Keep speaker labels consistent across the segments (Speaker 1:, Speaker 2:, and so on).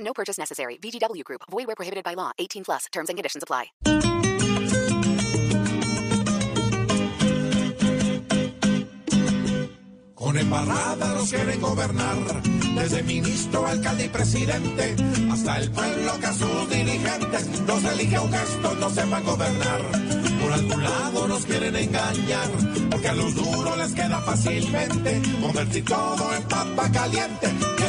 Speaker 1: No purchase necessary. VGW Group. Void where prohibited by law. 18 plus. Terms and conditions apply.
Speaker 2: Con embarrada los quieren gobernar, desde ministro, alcalde y presidente, hasta el pueblo que a sus dirigentes los elige un gesto, no sepan gobernar. Por algún lado nos quieren engañar, porque a los duros les queda fácilmente convertir todo en papa caliente, que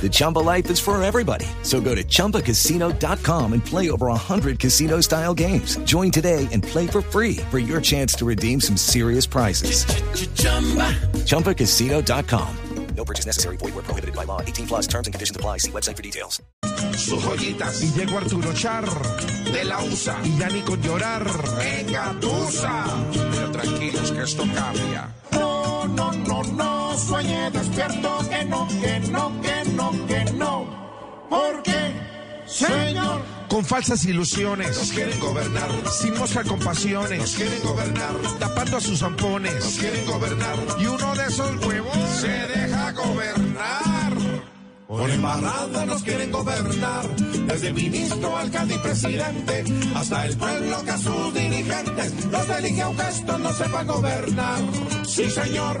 Speaker 3: The Chumba life is for everybody. So go to ChumbaCasino.com and play over 100 casino-style games. Join today and play for free for your chance to redeem some serious prizes. ChumbaCasino.com. No purchase necessary. Void where prohibited by law. 18 plus terms and conditions apply. See website for details.
Speaker 2: sus joyitas
Speaker 4: Y llegó Arturo Char,
Speaker 2: de la USA.
Speaker 4: y ya ni con llorar.
Speaker 2: Venga, Tusa. Pero tranquilos que esto cambia. No, no, no, no, sueñe despierto que no, que no, que no, que no. Porque, señor,
Speaker 4: Con falsas
Speaker 2: nos
Speaker 4: ilusiones,
Speaker 2: quieren gobernar,
Speaker 4: sin mostrar
Speaker 2: nos
Speaker 4: compasiones,
Speaker 2: quieren gobernar,
Speaker 4: tapando a sus
Speaker 2: nos
Speaker 4: zampones.
Speaker 2: quieren gobernar.
Speaker 4: Y uno de esos huevos
Speaker 2: se deja gobernar. Por embarrada nos quieren gobernar, desde ministro, alcalde y presidente, hasta el pueblo que a sus dirigentes los elige aunque esto no sepa gobernar. Sí, señor.